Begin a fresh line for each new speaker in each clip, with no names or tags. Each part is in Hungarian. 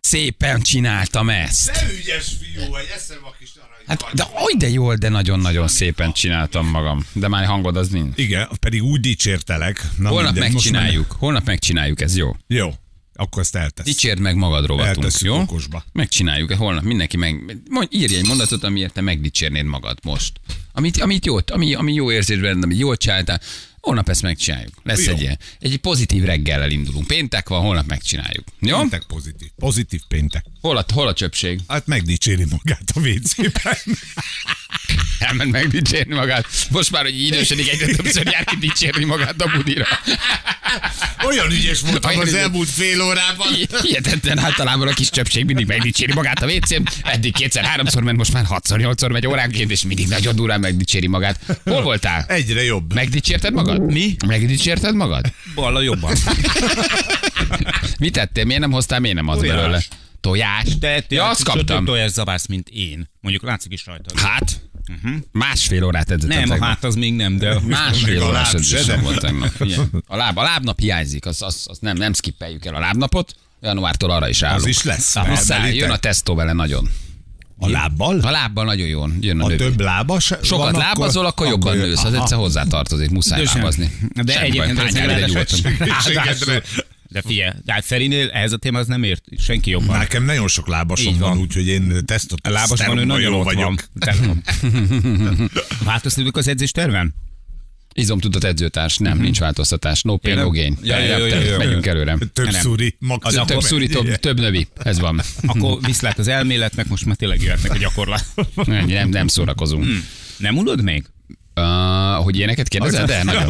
szépen csináltam ezt.
Te ügyes fiú vagy, eszem a kis arany.
Hát, de oly de jól, de nagyon-nagyon szépen csináltam magam. De már hangod az nincs.
Igen, pedig úgy dicsértelek. Na,
Holnap
mindegy, most
megcsináljuk. Holnap megcsináljuk, ez jó.
már- Jó, akkor ezt eltesz.
Dicsérd meg magad rovatunk,
Eltesszük
jó?
okosba.
Megcsináljuk, eh, holnap mindenki meg... Mondj, írj egy mondatot, amiért te megdicsérnéd magad most. Amit, amit jót, ami, ami jó érzésben, ami jól csináltál. Holnap ezt megcsináljuk. Lesz
Jó.
egy ilyen. Egy pozitív reggellel indulunk. Péntek van, holnap megcsináljuk. Jó?
Péntek pozitív. Pozitív péntek.
Hol a, hol a csöpség?
Hát megdicséri magát a WC-ben.
Elment megdicsérni magát. Most már, hogy így idősödik, egyre többször jár ki dicsérni magát a budira.
Olyan ügyes voltam
Olyan
az
ügyes.
elmúlt fél órában.
I- Hihetetlen általában a kis csöpség mindig megdicséri magát a vécén. Eddig kétszer-háromszor ment, most már hatszor, nyolcszor megy óránként, és mindig nagyon durán megdicséri magát. Hol voltál?
Egyre jobb.
Megdicsérted magad? Mi? Megdicsérted magad?
Balla jobban.
Mit tettél? Miért nem hoztál? Miért nem az
Tojás.
belőle? Tojás?
Te
ja, azt kaptam.
Olyan zabász, mint én. Mondjuk látszik is rajta.
Hát, másfél órát edzettem.
Mhm. Nem, a
tegnap.
hát az még nem, de...
Még
Másfél
a
órás
láb se,
edzés
de-
nem volt tegnap. Figyelj. A, láb, a lábnap hiányzik, azt az, az nem, nem skippeljük el a lábnapot. Januártól arra is állunk.
Az is lesz.
A muszáj,
Elmelitek?
jön a tesztó vele nagyon.
A lábbal?
A lábbal nagyon jó, jön a,
A
növény.
több lábas
Sokat
van,
lábazol, akkor, jobban
jön.
nősz. Az
Aha.
egyszer hozzátartozik, muszáj
De sem.
lábazni.
De
Semmi
egyébként
baj.
ez
Hány
legalább
éve nyugodtan.
Ráadásul- De figyelj, de hát Ferinél ehhez a témához nem ért senki jobban.
Nekem nagyon sok lábasom
Így
van,
van.
úgyhogy én tesztot.
A lábasban ő nagyon ott van. Változtatunk az edzés terven?
Izomtudott edzőtárs, nem,
Mhm.
nincs változtatás. No pain, no gain.
Ja, ja, ja,
Te-
ja, ja.
Megyünk előre.
Több
Nem.
szúri, max.
Az több szúri, több, több növi. Ez van.
Akkor viszlát az elméletnek, most már tényleg jöhetnek a gyakorlat.
Nem, nem- nem szórakozunk.
Nem unod még?
Uh, hogy ilyeneket kérdezel? De nagyon.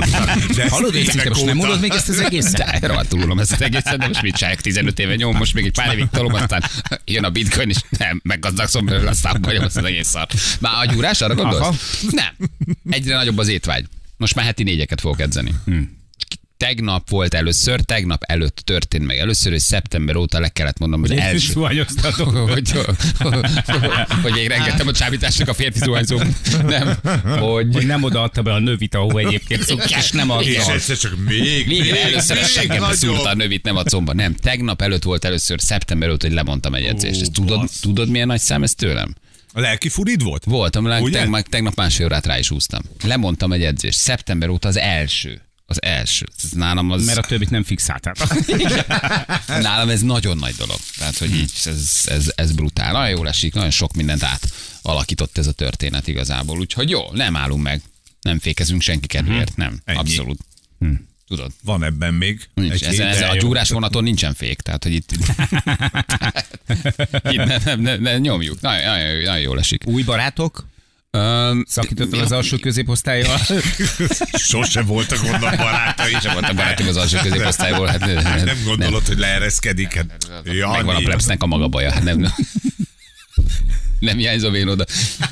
De
Hallod,
ezt
Éci, te
évek
most nem
óta-
unod még ezt az egészet?
De rohadtulom ezt az egészet, de most mit csinálják 15 éve nyom, most még egy pár évig tolom, aztán jön a bitcoin, és nem, meggazdagszom belőle, aztán vagyom ezt az egész szar. Már a gyúrás, arra gondolsz?
Aha.
Nem. Egyre nagyobb az étvágy. Most már heti négyeket fogok edzeni. Tegnap volt először, tegnap előtt történt meg először, hogy szeptember óta le kellett mondom, hogy
Én is
első
zuhanyoztatok.
hogy, hogy én rengettem a csábításnak a férfi zuhányzó. Nem,
Hogy
hogy
nem odaadta be a növit, ahol egyébként szokás nem adta.
És egyszer csak még, még,
Végre először a
még
seggembe
nagyobb.
szúrta a növit, nem a comba. Nem, tegnap előtt volt először, szeptember előtt, hogy lemondtam egy edzést. Ezt tudod, tudod, milyen nagy szám ez tőlem?
A lelki furid volt?
Voltam, le,
Ugye?
tegnap, tegnap másfél órát rá is húztam. Lemondtam egy edzést. Szeptember óta az első. Az első. Ez nálam, az,
Mert a többit nem fixáltátok.
nálam ez nagyon nagy dolog. Tehát, hogy így, ez, ez, ez brutál. Nagyon jól esik, nagyon sok mindent át alakított ez a történet igazából. Úgyhogy jó, nem állunk meg. Nem fékezünk senki kedvéért, nem.
Mhm. Ennyi.
Abszolút. Hm. Tudod.
Van ebben még.
Nincs.
Egy
Ezen,
héttel
ezen a
jó.
gyúrás vonaton nincsen fék, tehát hogy itt, itt nem, nem, nem, nem, nyomjuk. Nagyon, nagyon, nagyon jól esik.
Új barátok?
Um,
Szakítottad Szóval az alsó középosztályjal?
Sose voltak onnan barátai.
sem voltam barátom az alsó középosztályból. Hát,
Hát nem gondolod, hogy leereszkedik? Hát, Jani.
Megvan a plebsznek a maga baja. Hát nem, nem hiányzom én oda.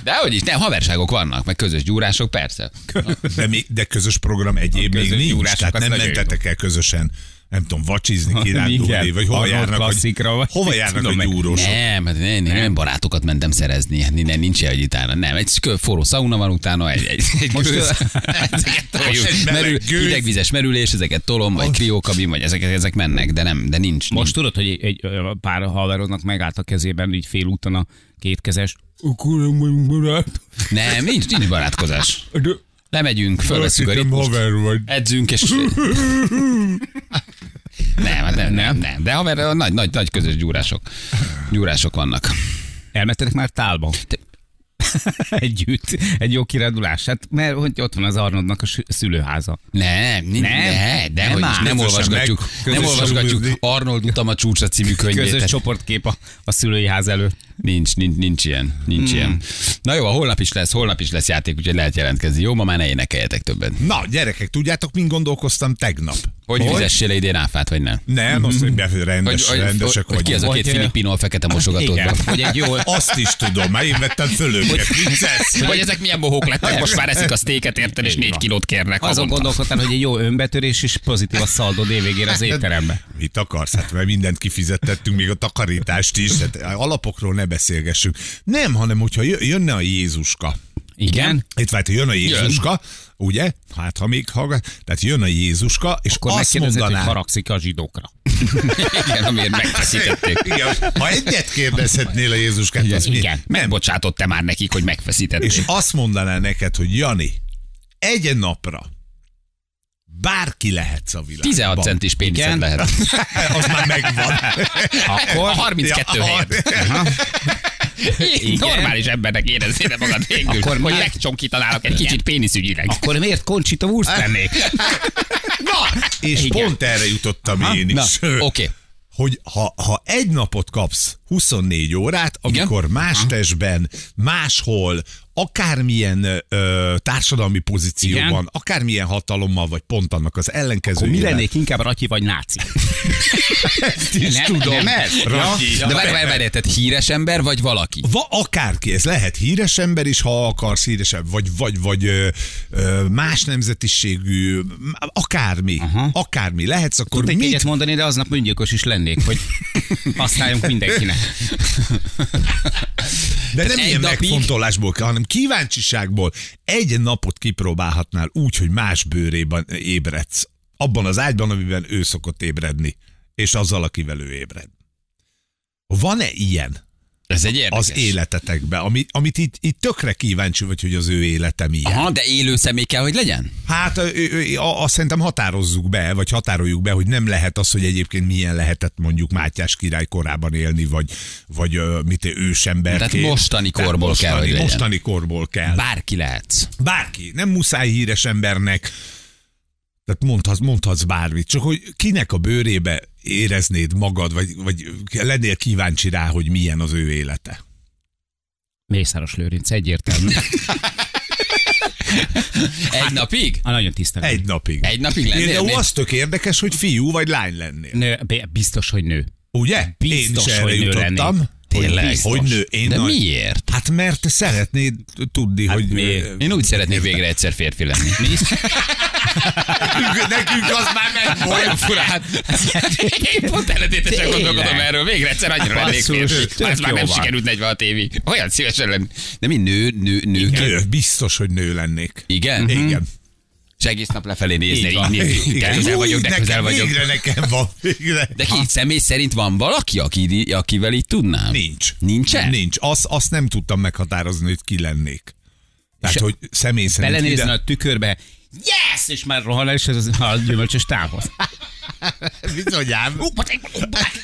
De hogy is, nem, haverságok vannak, meg közös gyúrások, persze.
De, még, de közös program egyéb
A
még
közös
nincs.
gyúrások,
Tehát
az
nem
nagyon
mentetek el közösen nem tudom, vacsizni, kirándulni,
Igen.
vagy hova
Arnold
járnak, hogy,
klasszikra, vagy-
hova járnak
Tudom
a
én.
gyúrósok.
Nem, hát nem, nem, nem barátokat mentem szerezni, hát nem, nincs ilyen, hogy utána. Nem, egy kö- forró szauna van utána, egy, egy, egy
Most-
gőz. ezeket toljuk.
egy meleg
Merül,
gőz.
hidegvizes merülés, ezeket tolom, vagy kriókabin, vagy ezek, ezek mennek, de nem, de nincs.
Most tudod, hogy egy, egy ö, pár haverodnak megállt a kezében, így fél úton a kétkezes. Akkor nem barát.
nincs. Nem, nincs, nincs barátkozás.
De
Lemegyünk, fölveszünk a
Azt hittem,
ritmust,
haver vagy.
edzünk, és... Nem, hát nem, nem, nem. De haver, nagy, nagy, nagy közös gyúrások. Gyúrások vannak.
Elmentetek már tálba? Együtt. Egy jó kirándulás. Hát, mert hogy ott van az Arnodnak a sü- szülőháza.
Nem, nem,
Nem?
ne, de
Nem
hogy is,
áll.
nem
Közösen
olvasgatjuk,
meg-
nem
közösen
olvasgatjuk
ülni.
Arnold utam a csúcsra című könyvét.
Közös
Tehát
csoportkép a, a szülői ház előtt.
Nincs, nincs, nincs ilyen, nincs
Hmm.
ilyen. Na jó, a holnap is lesz, holnap is lesz játék, úgyhogy lehet jelentkezni. Jó, ma már ne énekeljetek többet.
Na, gyerekek, tudjátok, mint gondolkoztam tegnap?
Hogy, hogy? fizessél idén áfát, vagy nem?
Nem, azt, hogy be- rendes,
hogy,
rendesek
hogy, hogy ki az a
vagyunk. Hát
két
Vagy-
filipino a fekete mosogatóban?
Igen. Hogy egy jó,
Azt is tudom, mert én vettem föl őket. Vicces.
Vagy ezek milyen bohók lettek, most már eszik a sztéket, érted, és négy kilót kérnek.
azon
havonta.
gondolkodtál, hogy egy jó önbetörés és pozitív a szaldod évvégére az étterembe.
Mit akarsz? Hát mert mindent kifizettettünk, még a takarítást is. Tehát alapokról ne beszélgessünk. Nem, hanem hogyha jö- jönne a Jézuska.
Igen?
Itt várj, jön a Jézuska, ugye? Hát, ha még hallgat, tehát jön a Jézuska, és
Akkor
azt
megkérdezed, hogy
mondaná,
haragszik a zsidókra.
Igen, amiért megfeszítették.
Igen, ha egyet kérdezhetnél a Jézuskát, az mi?
Igen, megbocsátott te már nekik, hogy megfeszítették.
És azt mondaná neked, hogy Jani, egy napra bárki lehetsz a világban.
16 centis pénzed
Igen.
lehet.
Az már megvan.
Akkor a 32
Ja,
ja,
a-
helyet. Igen. Normális embernek érezzél magad végül, Akkor
Akkor
hogy
már-
megcsonkítanálak egy kicsit péniszügyileg.
Akkor miért Conchita Wurst lennék?
Na,
És
Igen.
pont erre jutottam én
Na,
is.
oké.
Hogy ha, ha egy napot kapsz 24 órát, amikor Igen? más testben, máshol, akármilyen ö, társadalmi pozícióban, Igen?
Igen?
akármilyen hatalommal, vagy pont annak az
Akkor mi
ellenkezőjében.
lennék inkább Ratyi vagy Náci?
Ezt is
Nem-
tudom.
nem ez?
Ratyi.
De várj, várj, várj, tehát híres ember vagy valaki?
Va, akárki, ez lehet híres ember is, ha akarsz híresebb, vagy, vagy, vagy ö, ö, más nemzetiségű, m- akármi, Aha. akármi lehetsz, akkor
Tudnék
mit?
egyet mondani, de aznap öngyilkos is lennék, hogy használjunk mindenkinek.
De nem
egy
ilyen
napig-
megfontolásból, kell, hanem kíváncsiságból egy napot kipróbálhatnál úgy, hogy más bőrében ébredsz. Abban az ágyban, amiben ő szokott ébredni, és azzal, akivel ő ébred. Van-e ilyen
Ez egy érdekes.
az életetekben, ami, amit itt, itt tökre kíváncsi vagy, hogy az ő élete milyen?
Aha, de élő személy kell, hogy legyen?
Hát ö, ö, ö, a- azt szerintem határozzuk be, vagy határoljuk be, hogy nem lehet az, hogy egyébként milyen lehetett mondjuk Mátyás király korában élni, vagy, vagy ö, mit ősember.
Tehát mostani korból kell, hogy legyen.
Mostani korból kell.
Bárki lehetsz.
Bárki, nem muszáj híres embernek. Tehát mondhatsz, mondhatsz bármit, csak hogy kinek a bőrébe éreznéd magad, vagy, vagy lennél kíváncsi rá, hogy milyen az ő élete.
Mészáros Lőrinc, egyértelmű.
Egy napig?
A nagyon tisztelem.
Egy napig.
Egy napig lennél?
Például
Né-
az tök érdekes, hogy fiú vagy lány lennél.
Nő, b- biztos, hogy nő.
Ugye?
Biztos,
Én is erre
hogy nő
jutottam.
lennék.
Tényleg?
Hogy, hogy nő? Én
De
nagy-
miért?
Hát mert te szeretnéd tudni, hát hogy...
miért?
Én úgy szeretnék végre egyszer férfi lenni.
Nekünk- Nekünk az már meg
Olyan
volt.
fura, hát én pont ellentétesen
Tényleg. Hát
gondolkodom erről, végre egyszer annyira lennék
Basszus,
férfi.
tök
Ez már
jó
nem
van.
sikerült 46 évig. Olyan szívesen lenni. De mi nő, nő, nő. kell?
Nő, biztos, hogy nő lennék.
Igen? Mhm.
Igen.
És egész nap lefelé nézni,
Így
így
van.
nézni. De
Igen.
közel vagyok, de
Új,
közel
nekem,
vagyok.
Végre nekem van. Végre.
De ki személy szerint van valaki, aki, akivel így tudnám?
Nincs.
Nincsen?
Nincs. Azt, azt nem tudtam meghatározni, hogy ki lennék. Tehát,
És
hogy személy szerint...
Belenézzen
ide-
a tükörbe, yes, és már rohan el, és ez az- a gyümölcsös távhoz.
Bizonyám.
hát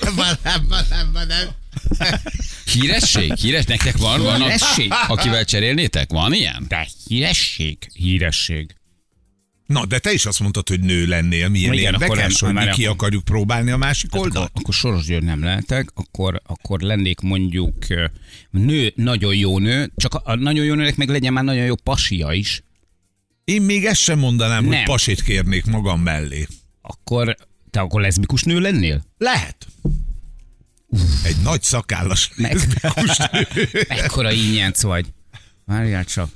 Van, van, van, van.
Híresség? Híres? Nektek van? van
Híresség?
Akivel cserélnétek? Van ilyen?
De híresség? Híresség.
Na, de te is azt mondtad, hogy nő lennél, milyen
Igen, akkor
érdekes,
nem-
hogy mi
már
ki
akkor-
akarjuk próbálni a másik
Akkor,
oldalt.
akkor Soros György nem lehetek, akkor, akkor lennék mondjuk ö, nő, nagyon jó nő, csak a, a nagyon jó nőnek meg legyen már nagyon jó pasia is,
Én még ezt sem mondanám, nem. hogy
Nem.
pasét kérnék magam mellé.
akkor te akkor leszbikus nő lennél?
Lehet. Egy nagy szakállas
Meg.
leszbikus nő.
Ekkora ínyenc vagy. Várjál csak.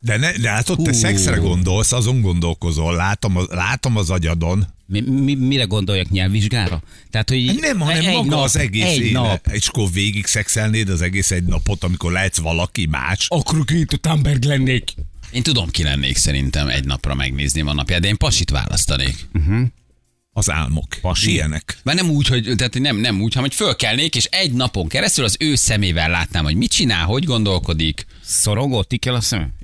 De, ne, de hát ott te
Hú.
szexre gondolsz, azon gondolkozol, látom, a- látom az agyadon.
Mi, mi, mire gondoljak nyelvvizsgára? Tehát, hogy
Hát Nem, hanem
egy
maga
nap,
az egész
egy
élet.
nap.
És akkor végig szexelnéd az egész egy napot, amikor lehetsz valaki más.
Akkor Greta Thunberg lennék.
Én tudom, ki lennék szerintem egy napra megnézni a napját, de én pasit választanék.
Az álmok.
Pasi.
Ilyenek.
Már nem úgy, hogy, tehát nem, nem úgy, hanem hogy fölkelnék, és egy napon keresztül az ő szemével látnám, hogy mit csinál, hogy gondolkodik.
Szorongott, ki kell a szemem?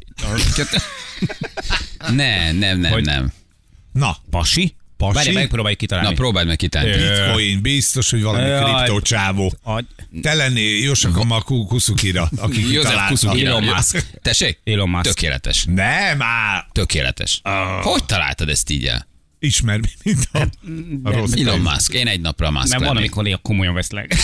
Ne, nem, nem,
Hogy-
nem.
Na,
Pasi?
Pasi?
Várjál, megpróbáljuk kitalálni.
Na, próbáld meg kitálni.
bitcoin, biztos, hogy valami
Jaj.
kriptocsávó.
Agy...
Te lennél Josakama Kuszukira, aki
József
kitalálta.
Kuszuk,
Elon
Musk. Tessék?
Elon Musk. Ah.
Tökéletes.
Nem, á,
Tökéletes. Hogy találtad ezt így el?
ismer, mint
Hát,
a, a rossz
Elon Musk. Én egy napra a Musk
Mert van,
lennék.
amikor ilyen komolyan veszlek.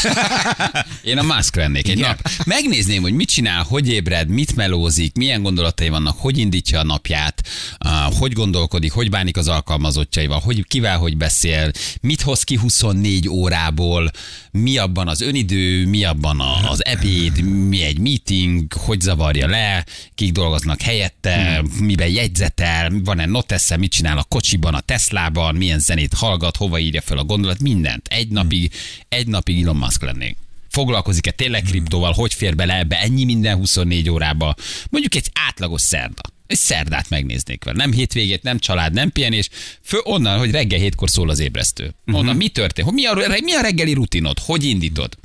Én a Musk lennék egy
Igen.
nap. Megnézném, hogy mit csinál, hogy ébred, mit melózik, milyen gondolatai vannak, hogy indítja a napját, ah, hogy gondolkodik, hogy bánik az alkalmazottjaival, hogy kivel, hogy beszél, mit hoz ki 24 órából, mi abban az önidő, mi abban a- az ebéd, mi egy meeting, hogy zavarja le, kik dolgoznak helyette, miben jegyzetel, van-e notesze, mit csinál a kocsiban, a Teslában, milyen zenét hallgat, hova írja fel a gondolat, mindent. Egy napig, egy napig Elon Musk lennék. Foglalkozik-e tényleg kriptóval, hogy fér bele ebbe ennyi minden 24 órába? Mondjuk egy átlagos szerda. Egy szerdát megnéznék vele. Nem hétvégét, nem család, nem pihenés. Fő onnan, hogy reggel hétkor szól az ébresztő.
Mhm.
Onnan mi történt? Hogy Mi a, mi a reggeli rutinod? Hogy indítod?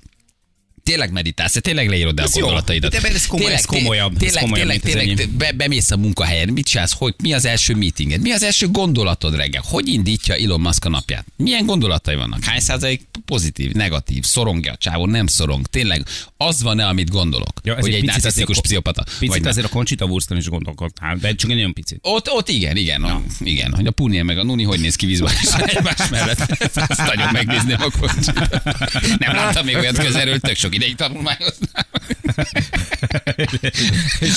tényleg meditálsz, tényleg leírod el a
Ez jó.
gondolataidat.
De ez komoly- ez
té-
komolyabb, ez
Tényleg,
komolyabb,
tényleg,
mint az
tényleg
enyém.
te be, bemész a munkahelyen, mit csinálsz, hogy mi az első meetinged, mi az első gondolatod reggel, hogy indítja Elon Musk a napját, milyen gondolatai vannak, hány százalék pozitív, negatív, szorongja a csávó, nem szorong, tényleg az van-e, amit gondolok,
Ja,
ja,
ez
hogy
egy
egy
picit
narcisztikus
azért-
pszichopata. vagy
Picit
nem.
azért a Conchita Wurston is gondolkodtál, de csak egy nagyon picit.
Ott, ott igen, igen, no. igen. Hogy a Puniel meg a Nuni hogy néz ki vízben és egymás mellett. Ezt nagyon megnézném a kocsit. Nem láttam még olyat közelről, tök sok ideig tanulmányoznám.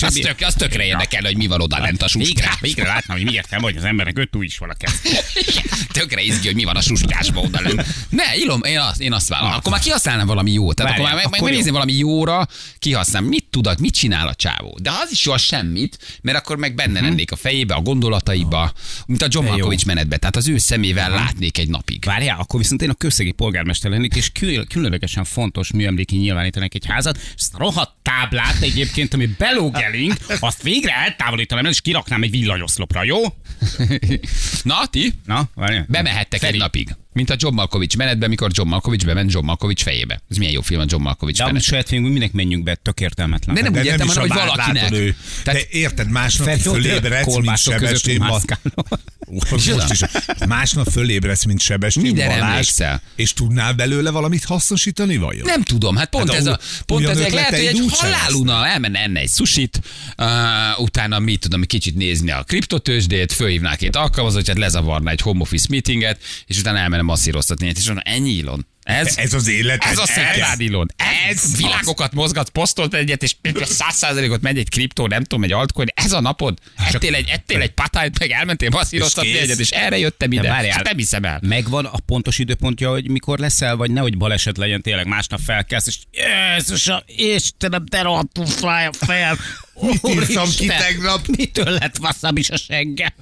Azt tök, az tökre érdekel, hogy mi van oda lent a
Végre,
suskában.
végre látnám, hogy miért nem vagy az embernek, öt túl is van a kezdet.
Tökre izgi, hogy mi van a suskásban oda lent. Ne, Ilom, én azt, én azt vállalom. Akkor már kihasználnám valami jót. Tehát
Várjál,
akkor már meg,
akkor
meg
jó.
nézni valami jóra, kihasználom. Mit tudok, mit csinál a csávó? De az is jó, az semmit, mert akkor meg benne
Mhm.
lennék a fejébe, a gondolataiba, mint a John Malkovich menetbe. Tehát az ő szemével
Mhm.
látnék egy napig.
Várjál, akkor viszont én a közszegi polgármester lennék, és kül- különlegesen fontos műemléki nyilvánítanak egy házat, és azt a rohadt táblát egyébként, ami belóg elénk, azt végre eltávolítanám el, és kiraknám egy villanyoszlopra, jó?
Na, ti?
Na, várjál.
Bemehettek egy napig. Mint a John Malkovich menetbe, mikor John Malkovich bement John Malkovich fejébe. Ez milyen jó film a John Malkovich
De amúgy
menet.
saját filmünk, minek menjünk be, tök értelmetlen.
De nem
De
úgy
nem
értem,
is
hanem,
a
hogy
bár-
valakinek.
látod ő.
Tehát
De érted, másnap
Fel-
fölébredsz, mint
kolbászok között
Sebestén Ba-
mászkálok.
Most is. Másnap fölébredsz, mint Sebestén
Minden
Balázs,
emlékszel.
és tudnál belőle valamit hasznosítani vajon?
Nem tudom, hát pont
Hát
ez a,
amúgy
pont
ugyan
ez egy lehet, hogy
ötleteid
egy
úgy se
haláluna elmenne enne egy susit, uh, utána mit tudom, egy kicsit nézni a kriptotősdét, fölhívnák két alkalmazottját, hát lezavarná egy home office meetinget, és utána elmenne masszíroztatni, és mondom, ennyi Ilon. Ez,
Ez az élet.
Ez a Szentrád Ilon. Ez
ez
világokat mozgat, posztolt egyet, és száz százalékot megy egy kriptó, nem tudom, egy altcoin. Ez a napod? Ettél egy, ettél egy patájt, meg elmentél masszíroztatni
kész.
egyet, Hát és erre jöttem ide.
De várjál.
Hát nem hiszem el.
Megvan a pontos időpontja, hogy mikor leszel, vagy nehogy baleset legyen tényleg, másnap felkelsz, és Jézusom, Istenem, de rohadtul fáj a fejem.
Mit írtam ki
Úristen,
tegnap?
Mitől lett vasszám is a seggem?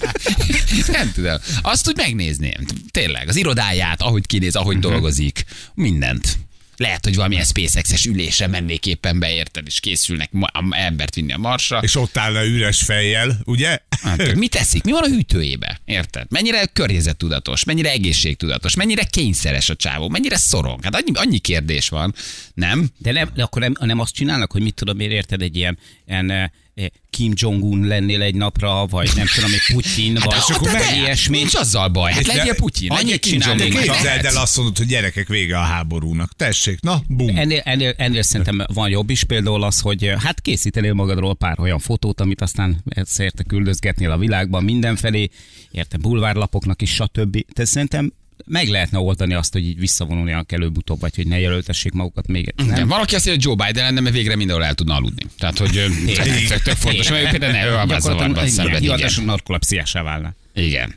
Nem tudom. Azt úgy megnézném. Tényleg, az irodáját, ahogy kinéz, ahogy
Mhm.
dolgozik, mindent. Lehet, hogy valamilyen SpaceX-es ülésre mennék éppen beérted, és készülnek ma- a- embert vinni a marsra.
És ott állna üres fejjel, ugye?
Hát, mi teszik? Mi van a hűtőjébe? Érted? Mennyire környezettudatos, mennyire egészségtudatos, mennyire kényszeres a csávó, mennyire szorong? Hát annyi, annyi kérdés van, nem?
De nem, de akkor nem, nem azt csinálnak, hogy mit tudom én, érted egy ilyen, ilyen eh, eh, Kim Jong-un lennél egy napra, vagy nem tudom, egy Putyin, vagy
hát, hát,
meg
de-
ilyesmi.
Nincs azzal baj. Hát
És le-
legyél Putyin,
annyit
legyél Kim
csinálni
Jong-un.
De
Még
képzeld
Lehetsz.
el azt mondod, hogy gyerekek vége a háborúnak. Tessék, na, bum.
Ennél, ennél, ennél szerintem van jobb is, például az, hogy eh, hát készítenél magadról pár olyan fotót, amit aztán szerte küldözgetnél a világban mindenfelé, érte bulvárlapoknak is, stb. Tehát szerintem meg lehetne oldani azt, hogy így visszavonuljanak előbb-utóbb, vagy hogy ne jelöltessék magukat még.
Nem. Valaki azt mondja, hogy Joe Biden lenne, mert végre mindenhol el tudna aludni. Tehát, hogy ö, ez tök- tök fontos, mert ő például ne ő a zavarban szenved. Igen.
hivatalosan narkolepsziásá válna.
Igen.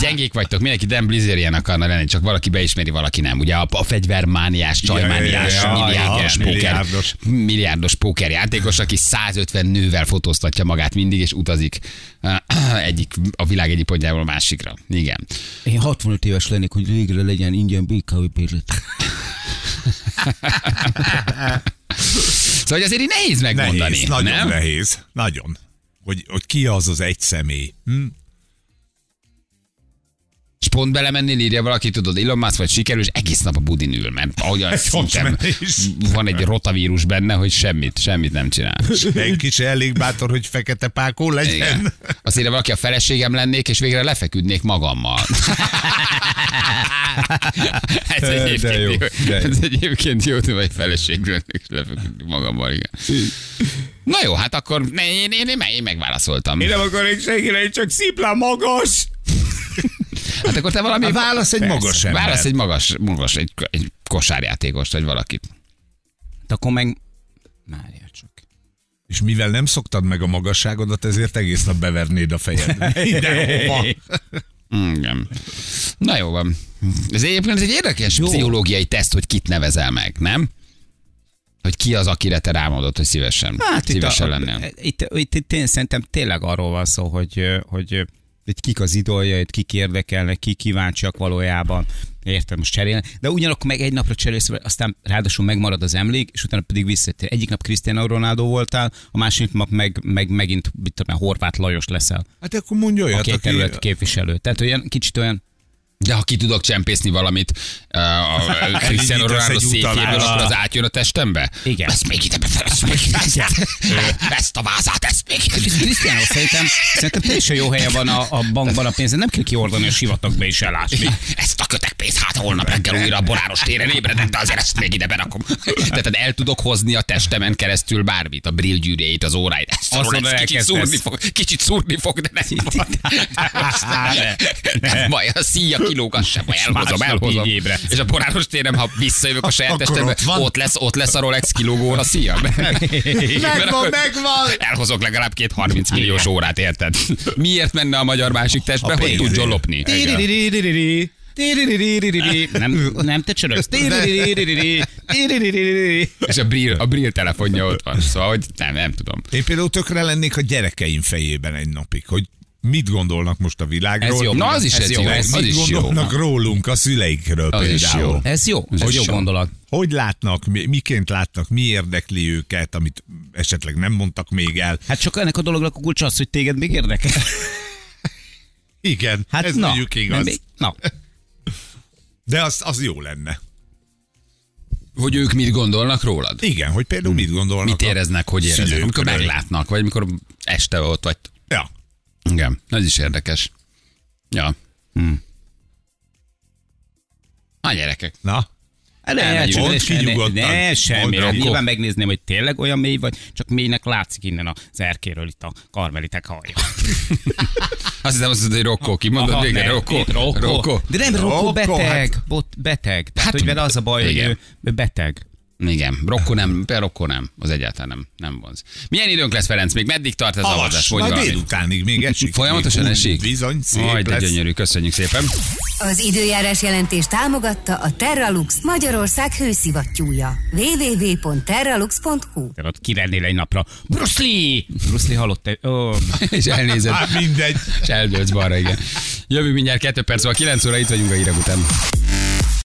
Gyengék vagytok, mindenki Dan Blizzerian akarna lenni, csak valaki beismeri, valaki nem. Ugye a, a fegyvermániás, csajmániás,
Ja, ja, ja,
milliárdos,
ja,
póker, milliárdos.
milliárdos.
milliárdos pókerjátékos, aki 150 nővel fotóztatja magát mindig, és utazik eh, egyik, a világ egyik pontjából a másikra. Igen.
Én 65 éves lennék, hogy végre legyen ingyen BKV-pénzlet.
Szóval hogy azért így nehéz megmondani,
Nehéz, nagyon
nem?
nehéz. Nagyon. Hogy, hogy ki az az egy személy. Hm?
És pont belemennél, írja valaki, tudod, Elon Musk vagy sikerül, és egész nap a budin ül, mert ahogyan szintem,
menés.
van egy rotavírus benne, hogy semmit, semmit nem csinál.
Senki se elég bátor, hogy fekete pákó legyen.
Igen. Azt írja valaki, a feleségem lennék, és végre lefeküdnék magammal. ez,
De
egyébként
jó,
jó,
de jó.
ez egyébként jó, hogy vagy feleség lennék, és lefeküdnék magammal, igen. Na jó, hát akkor ne, én, én, én, én megválaszoltam.
nem akarok senkire, én csak szipla magas.
Hát akkor te valami...
A válasz egy
Persze.
magas ember.
Válasz egy magas, magas egy, egy kosárjátékost, vagy valakit.
De Hát akkor meg... Mária csak.
És mivel nem szoktad meg a magasságodat, ezért egész nap bevernéd a fejed. Mindenhova.
Igen. Na jó van. Ez egyébként ez egy érdekes jó. pszichológiai teszt, hogy kit nevezel meg, nem? Hogy ki az, akire te rámondod, hogy
Hát, e,
szívesen, hát szívesen lennél.
Itt, itt, itt, én szerintem tényleg arról van szó, hogy, hogy hogy kik az idoljait, kik érdekelnek, kik kíváncsiak valójában. Érted, most cserélni. De ugyanakkor meg egy napra cserélsz, aztán ráadásul megmarad az emlék, és utána pedig visszatér. Egyik nap Cristiano Ronaldo voltál, a másik nap meg, meg megint mit tudom, én, Horváth Lajos leszel,
Hát akkor mondj olyat,
aki egy
aki...
terület képviselő. Tehát olyan, kicsit olyan
De ha ki tudok csempészni valamit uh, a a Cristiano
Elindítasz
Ronaldo
egy
székéből,
utalást.
akkor az átjön a testembe?
Igen.
Ezt még ide befelé, ezt még ide, ezt, ezt a vázát, ezt még ide.
Krisztiánó, szerintem, szerintem teljesen jó helye van a, a bankban a pénze, nem kell kiordani a sivatagba és elásni.
Ezt a kötekpénzt hát holnap reggel újra a boráros téren ébredek, de azért ezt még ide berakom. Tehát el tudok hozni a testemen keresztül bármit, a brillgyűrjeit, az óráit. Ezt
Azonnal
róla ez kicsit
elkezdesz.
szúrni, fog, kicsit szúrni fog, de nem baj. Nem baj, a szíja kilóg, az sem baj, elhozom,
másnap
elhozom.
így ébredsz.
És a boráros téren, ha visszajövök a saját
Akkor
testembe,
ott van.
ott lesz, ott lesz a Rolex kilógón a szíja.
Megvan, megvan!
Elhozok legalább két 30 milliós órát, érted? Miért menne a magyar másik testbe, hogy
pénzért.
tudjon lopni?
Tiririririririri, tiririririririri. Nem, nem te csörögsz. Tiririririririri, tiririririririri.
És a Brill, a Brill telefonja ott van. Szóval, hogy nem, nem tudom.
Én például tökre lennék a gyerekeim fejében egy napig, hogy mit gondolnak most a világról.
Ez jobb.
Na, az is
Ez
egy
jó,
jó,
Meg
ez
mit
az is jó.
gondolnak rólunk, a szüleikről
Az is
például.
jó.
Ez jó, ez jó
jó.
gondolat.
Hogy látnak, mi- miként látnak, mi érdekli őket, amit esetleg nem mondtak még el.
Hát csak ennek a dolognak a kulcs az, hogy téged még érdekel.
Igen,
Hát
ez
na,
mondjuk igaz.
nem- na,
De az, az jó lenne.
Hogy ők mit gondolnak rólad?
Igen, hogy például mit gondolnak.
Hm. Mit éreznek, hogy éreznek? Amikor
szülőkről.
meglátnak, vagy amikor este ott vagy.
Ja.
Igen, ez is érdekes. Ja.
Hm.
A gyerekek.
Na,
Hát Ne,
Elmegyünk.
csak-
Mondd
ne,
ki
ne,
nyugodtan.
Ne, semmi.
Mondd,
Hát
Rokko.
nyilván megnézném, hogy tényleg olyan mély vagy, csak mélynek látszik innen az erkéről itt a karmelitek hallja.
Azt hiszem, azt mondod, hogy Rokko, kimondod
Aha,
végre,
nem,
Rokko.
itt Rokko.
Rokko.
De nem, Rokko
Rokko,
beteg. Bot, beteg. Tehát,
Hát,
hogy vele az a baj, hogy
igen.
ő ő beteg.
Igen, Rokko nem, de Rokko nem, az egyáltalán nem, nem vonz. Milyen időnk lesz, Ferenc? Még meddig tart ez a
havas,
vadás? Mondj
majd
valamit.
délutánig még esik.
Folyamatosan
Még úgy
esik?
Bizony, szép
Aj, de
lesz.
gyönyörű, köszönjük szépen.
Az időjárás jelentés támogatta a Terralux Magyarország hőszivattyúja. www.terralux.hu
Tehát ott ki lennél egy napra. Bruce Lee! Bruce Lee halott. egy- Ó,
És elnézed.
Hát mindegy.
És eldőlsz balra, igen. Jövő mindjárt 2 perc, van, 9 óra itt vagyunk a hírek után.